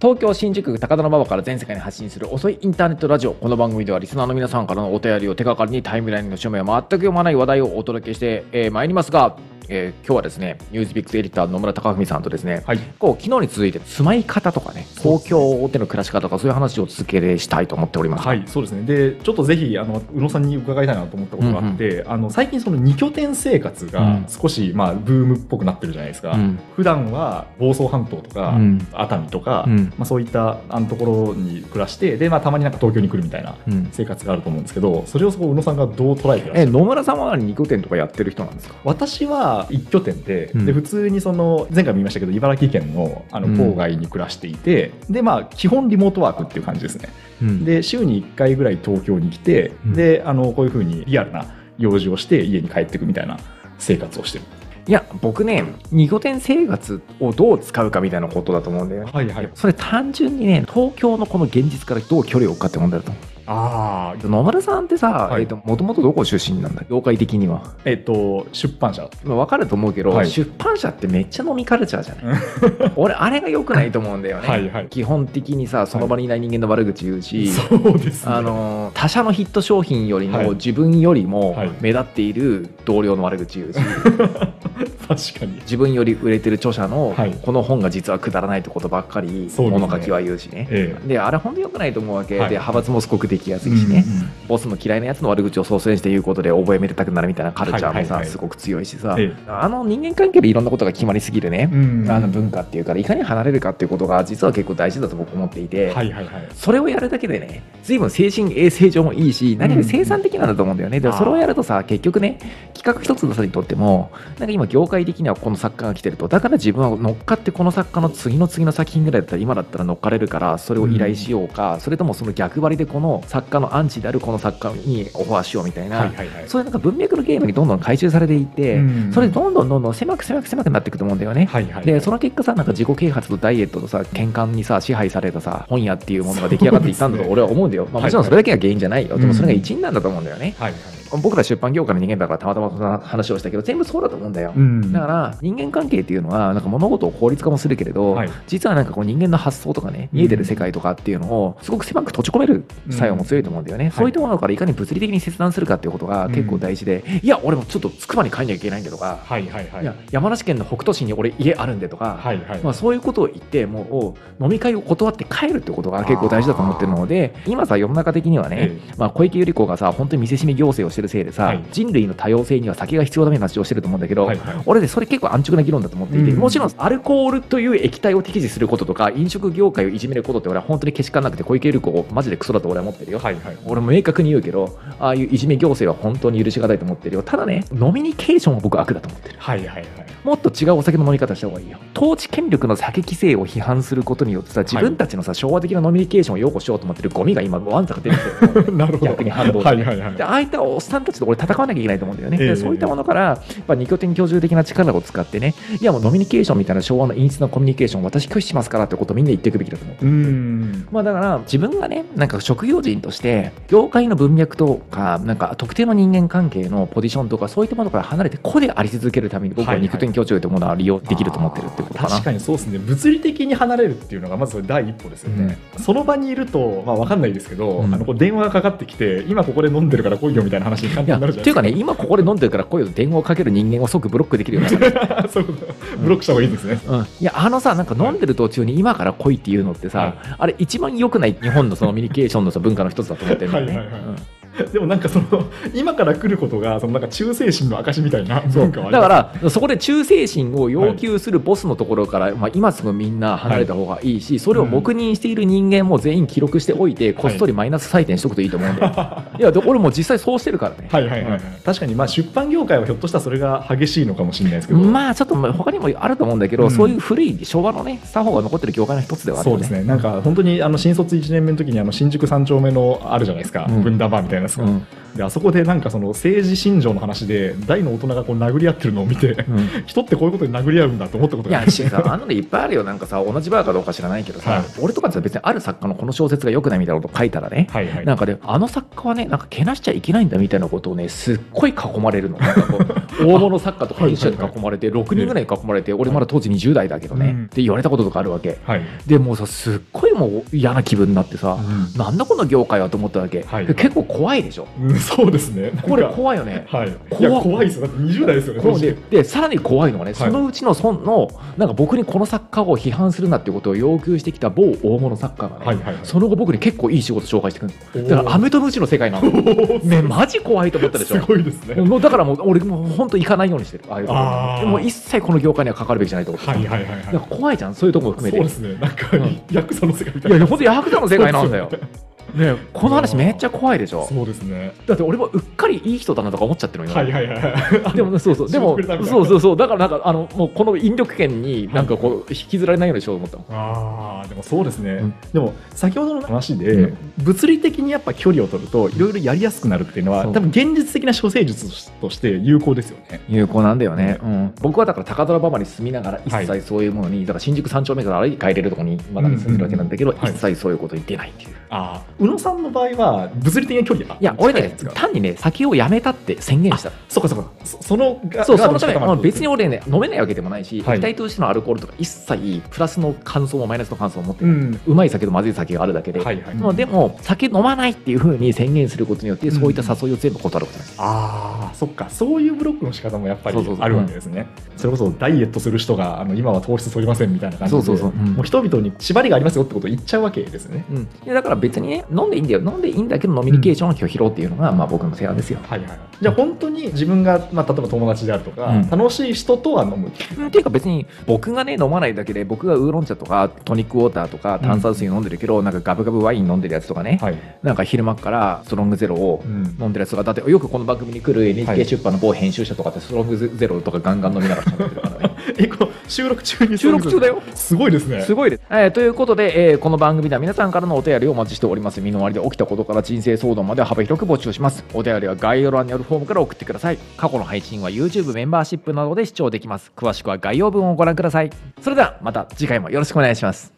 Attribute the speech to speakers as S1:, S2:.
S1: 東京新宿区高田馬場から全世界に発信する遅いインターネットラジオこの番組ではリスナーの皆さんからのお便りを手がかりにタイムラインの署名を全く読まない話題をお届けしてまい、えー参りますが、えー今日はですねニュースピックスエディター野村貴文さんとですね、
S2: はい。
S1: こう昨日に続いて住まい方とかね東京での暮らし方とかそういう話を続けてしたいと思っております。
S2: はい、そうですね。で、ちょっとぜひ、あの、宇野さんに伺いたいなと思ったことがあって、あの、最近その二拠点生活が
S1: うん
S2: 少し、まあ、ブームっぽくなってるじゃないですか。
S1: うん
S2: 普段は房総半島とか、
S1: うん
S2: 熱海とか、
S1: うん
S2: まあ、そういったあのところに暮らして、で、まあ、たまになんか東京に来るみたいな
S1: うん
S2: 生活があると思うんですけど、それをそこ、宇野さんがどう捉えてらっしゃ
S1: え
S2: る
S1: 野村さんは肉店とかやってる人なんですか
S2: 私は一拠点で,、
S1: うん
S2: で普通にその前回も言いましたけど茨城県のあの
S1: うん
S2: 郊外に暮らしていて、でまあ基本リモートワークっていう感じですね
S1: うん
S2: で週に1回ぐらい東京に来て、
S1: うん
S2: であのこういうふうにリアルな用事をして家に帰ってくみたいな生活をしてる
S1: いや僕ね二拠点生活をどう使うかみたいなことだと思うんだよね
S2: はいはい
S1: それ単純にね東京のこの現実からどう距離を置くかって問題だと思
S2: あ
S1: う野村さんってさ
S2: はい
S1: もともとどこ出身なんだ業界的には
S2: えっ、と出版社
S1: まあ分かると思うけど、
S2: はい
S1: 出版社ってめっちゃ飲みカルチャーじゃない 俺あれが良くないと思うんだよね
S2: はいはい
S1: 基本的にさその場にいない人間の悪口言うし、
S2: そうですね
S1: あの他社のヒット商品よりも、
S2: はい
S1: 自分よりも
S2: はい
S1: 目立っている同僚の悪口 言うし、
S2: 確かに
S1: 自分より売れてる著者の、
S2: はい
S1: この本が実はくだらないってことばっかり、
S2: そうですね
S1: 物書きは言うしね。
S2: え
S1: であれ本当良くないと思うわけで、
S2: はい
S1: 派閥もすごくできや
S2: え
S1: すいしね、
S2: うんうん
S1: ボスの嫌いなやつの悪口を率先して言うことで覚えめでたくなるみたいなカルチャーもさ、
S2: はいはいはい
S1: すごく強いしさ、
S2: え
S1: あの人間関係でいろんなことが決まりすぎるね
S2: え、うん
S1: あの文化っていうからいかに離れるかっていうことが実は結構大事だと僕思っていて、
S2: はいはいはい
S1: それをやるだけでね随分精神衛生上もいいし何より生産的なんだと思うんだよね、でも
S2: あー
S1: それをやるとさ結局ね企画一つの人にとってもなんか今業界的にはこの作家が来てるとだから自分は乗っかってこの作家の次の次の作品ぐらいだったら今だったら乗っかれるからそれを依頼しようか、それともその逆張りでこの作家のアンチであるこの作家にオファーしようみたいな、
S2: はいはいはい
S1: そういうなんか文脈のゲームにどんどん回収されていって、
S2: うん
S1: それどんどんどんどん狭く狭く狭くなっていくと思うんだよね、
S2: はいはい
S1: でその結果さなんか自己啓発とダイエットとさ喧嘩にさ支配されたさ本屋っていうものが出来上がっていったんだ
S2: そう
S1: と
S2: ですね
S1: 俺は思うんだよ、まあ、
S2: はい
S1: もちろんそれだけが原因じゃないよ、で
S2: う
S1: も
S2: ん
S1: それが一因なんだと思うんだよね、
S2: はいはい
S1: 僕ら出版業界の人間だからたまたまそんな話をしたけど全部そうだと思うんだよ、
S2: うん
S1: だから人間関係っていうのはなんか物事を効率化もするけれど、
S2: はい
S1: 実はなんかこう人間の発想とかね見えてる世界とかっていうのをすごく狭く閉じ込める作用も強いと思うんだよね、
S2: ん
S1: そういったものからいかに物理的に切断するかっていうことが結構大事で、いや俺もちょっとつくばに帰んなきゃいけないんだとか、
S2: はいはいはい
S1: いや山梨県の北杜市に俺家あるんでとか、
S2: はいはい
S1: まあ、そういうことを言ってもう飲み会を断って帰るってことが結構大事だと思ってるので今さ世の中的にはね、
S2: ええ
S1: まあ、小池百合子がさ本当に見せしめ行政をしてるせいでさ、
S2: はい
S1: 人類の多様性には酒が必要だみたいな話をしてると思うんだけど、
S2: はいはい
S1: 俺でそれ結構安直な議論だと思っていて、
S2: うん
S1: もちろんアルコールという液体を適示することとか飲食業界をいじめることって俺は本当にけしからなくて小池百合子をマジでクソだと俺は思ってるよ。
S2: はいはい
S1: 俺も明確に言うけどああいういじめ行政は本当に許しがたいと思ってるよただね飲みニケーションは僕は悪だと思ってる
S2: はいはいはい
S1: もっと違うお酒の飲み方した方がいいよ統治権力の酒規制を批判することによってさ自分たちのさ、昭和的なノミニケーションを擁護しようと思ってるゴミが今わんさか出 てきてる
S2: なるほど。
S1: 逆に反動で
S2: はいはいはい。
S1: でああいったおっさんたちと俺戦わなきゃいけないと思うんだよね、
S2: え
S1: で
S2: え
S1: そういったものから、まあ、二拠点居住的な力を使ってねいやもうノミニケーションみたいな昭和の陰湿なコミュニケーションを私拒否しますからってことをみんな言っていくべきだと思う
S2: うーん。
S1: まあだから自分がねなんか職業人として業界の文脈とかなんか特定の人間関係のポジションとかそういったものから離れて個であり続けるために僕は
S2: はいはい
S1: 肉店居住というものは利用できると思ってるってことかな。
S2: 確かにそうですね。物理的に離れるっていうのがまず第一歩ですよね。その場にいると、まあわかんないですけど、
S1: うん
S2: あのこう電話がかかってきて、今ここで飲んでるから来いよみたいな話に簡
S1: いやと
S2: 単になるじゃない
S1: い
S2: で
S1: う
S2: す
S1: かね、今
S2: か。
S1: ここで飲んでるから声を電話をかける人間を即ブロックできるようになる、
S2: そういうことブロックした方がいいですね。
S1: うん、いや、あのさ、なんか飲んでる途中に今から来いっていうのってさ、
S2: はい
S1: あれ、一番良くない日本のそのミニケーションのさ文化の一つだと思ってるんだよね。
S2: はいはいはい
S1: うん
S2: でもなんかその、今から来ることが、そのなんか忠誠心の証みたいな文化はあり
S1: だ
S2: ま
S1: か
S2: す
S1: ら、そこで忠誠心を要求するボスのところから、まあ、今すぐみんな離れた方がいいし、それを黙認している人間も全員記録しておいて、こっそりマイナス採点しとくといいと思うんだよ。い、や、で俺もう実際そうしてるからね。
S2: はいはいはいはい。確かにまあ出版業界はひょっとしたらそれが激しいのかもしれないですけど。
S1: まあちょっとまあ他にもあると思うんだけど、
S2: うん
S1: そういう古い昭和のね作法が残ってる業界の一つではある
S2: そ
S1: よ
S2: う
S1: ね
S2: ですね、なんか本当にあの新卒1年目の時にあの新宿3丁目のあるじゃないですか、
S1: うん
S2: 分断バーみたいなやつが、
S1: うん
S2: であそこでなんかその政治信条の話で大の大人がこう殴り合ってるのを見て
S1: うん
S2: 人ってこういうことで殴り合うんだと思ったこと
S1: い
S2: があ
S1: や
S2: る
S1: しさあんなのいっぱいあるよなんかさ同じバーかどうか知らないけどさ、
S2: はい
S1: 俺とかさ別にある作家のこの小説が良くないみたいなこと書いたらね、
S2: はいはい
S1: なんかねあの作家はねなんかけなしちゃいけないんだみたいなことをねすっごい囲まれるのなんかこう大物作家とか編集者に囲まれて6人ぐらいに囲まれて俺まだ当時20代だけどね、
S2: うん
S1: って言われたこととかあるわけ
S2: はい、
S1: でもうさすっごいもう嫌な気分になってさ、なんだこの業界はと思ったわけ、
S2: はい
S1: で結構怖いでしょ
S2: うん そうですねなんか
S1: これ怖いよね
S2: はい、い
S1: 怖
S2: や怖いですよだって20代ですよね
S1: こう
S2: 当時
S1: ででさらに怖いのはね、
S2: い
S1: そのうちのそのなんか僕にこの作家を批判するなっていうことを要求してきた某大物作家がね、
S2: はいはいはい
S1: その後僕に結構いい仕事紹介してくる
S2: おー
S1: のだからアメとムチの世界なのねマジ怖いと思ったでし
S2: す
S1: ょ
S2: ごいですね
S1: もうだからもう俺もう本当行かないようにしてるああいうとこ
S2: あー
S1: でも一切この業界には関わるべきじゃないと思って、
S2: はいはいはいはい
S1: なんか怖いじゃんそういうとこも
S2: そう
S1: 含めて
S2: ですねなんか、
S1: うん
S2: ヤクザの世界みた
S1: い
S2: い
S1: やい
S2: な
S1: や本当ヤクザの世界なんだよ、ね、この話めっちゃ怖いでしょ
S2: そうですね
S1: だって俺もうっかりいい人だなとか思っちゃってるのよ、
S2: はいはいはい
S1: でもねそうそうでも
S2: シンプルだみたい
S1: そ
S2: な
S1: うそうそうだからなんかあのもうこの引力圏になんかこう引きずられないようにしようと思ったの
S2: あーでもそうですね、
S1: うん
S2: でも先ほどの話で、
S1: うん
S2: 物理的にやっぱ距離を取るといろいろやりやすくなるっていうのは
S1: そう
S2: 多分現実的な処世術としとして有効ですよね
S1: 有効なんだよね、うん、僕はだから高虎馬場に住みながら一
S2: は
S1: 切そういうものに、だから新宿三丁目から歩いて帰れるところにまだ住んでるわけなんだけど、
S2: うんうんうんはい
S1: 一切そういうことに出ないっていう、い、
S2: ああ宇野さんの場合は物理的な距離が
S1: や俺
S2: 近い
S1: ね
S2: ですか
S1: 単にね酒をやめたって宣言した
S2: そうかそうかそそのが
S1: そう
S2: ガ
S1: そ
S2: ード
S1: のため
S2: 仕方も
S1: あ
S2: あ
S1: の
S2: る
S1: 別に俺ね飲めないわけでもないし、
S2: はい
S1: 液体としてのアルコールとか一切プラスの感想もマイナスの感想も持って
S2: う
S1: ない、
S2: ん
S1: うまい酒とまずい酒があるだけで、
S2: はいはい
S1: まあでも酒飲まないっていうふうに宣言することによってそういった誘いを全部断ることなんです、
S2: ああそっかそういうブロックの仕方もやっぱり
S1: そうそうそう
S2: あるわけですねそれこそダイエットする人があの今は糖質取りませんみたいな感じ
S1: そ
S2: で
S1: うそうそう、うん
S2: もう人々に縛りがありますよってことを言っちゃうわけですね
S1: うんでだから別にね飲んでいいんだよ飲んでいいんだけど飲みニケーションを拒否ろうっていうのが、まあ僕の提案ですよ、
S2: はいはいはいじゃあ本当に自分が、まあ、例えば友達であるとか、
S1: うん
S2: 楽しい人とは飲む
S1: うんっていうか別に僕がね飲まないだけで僕がウーロン茶とかトニックウォーターとか炭酸水飲んでるけど、なんかガブガブワイン飲んでるやつとかね、
S2: はい、
S1: なんか昼間っからストロングゼロを
S2: うん
S1: 飲んでるやつとかだってよくこの番組に来る
S2: は
S1: NHK
S2: い
S1: 出版の某編集者とかってストロングゼロとかガンガン飲みながら喋ってるから ね
S2: えこの収録中に
S1: 収録中だよ
S2: すごいですね
S1: すごいです、えーということで、えーこの番組では皆さんからのお便りをお待ちしております身の回りで起きたことから人生相談まで幅広く募集しますお便りは概要欄にあるフォームから送ってください過去の配信は YouTube メンバーシップなどで視聴できます詳しくは概要文をご覧くださいそれではまた次回もよろしくお願いします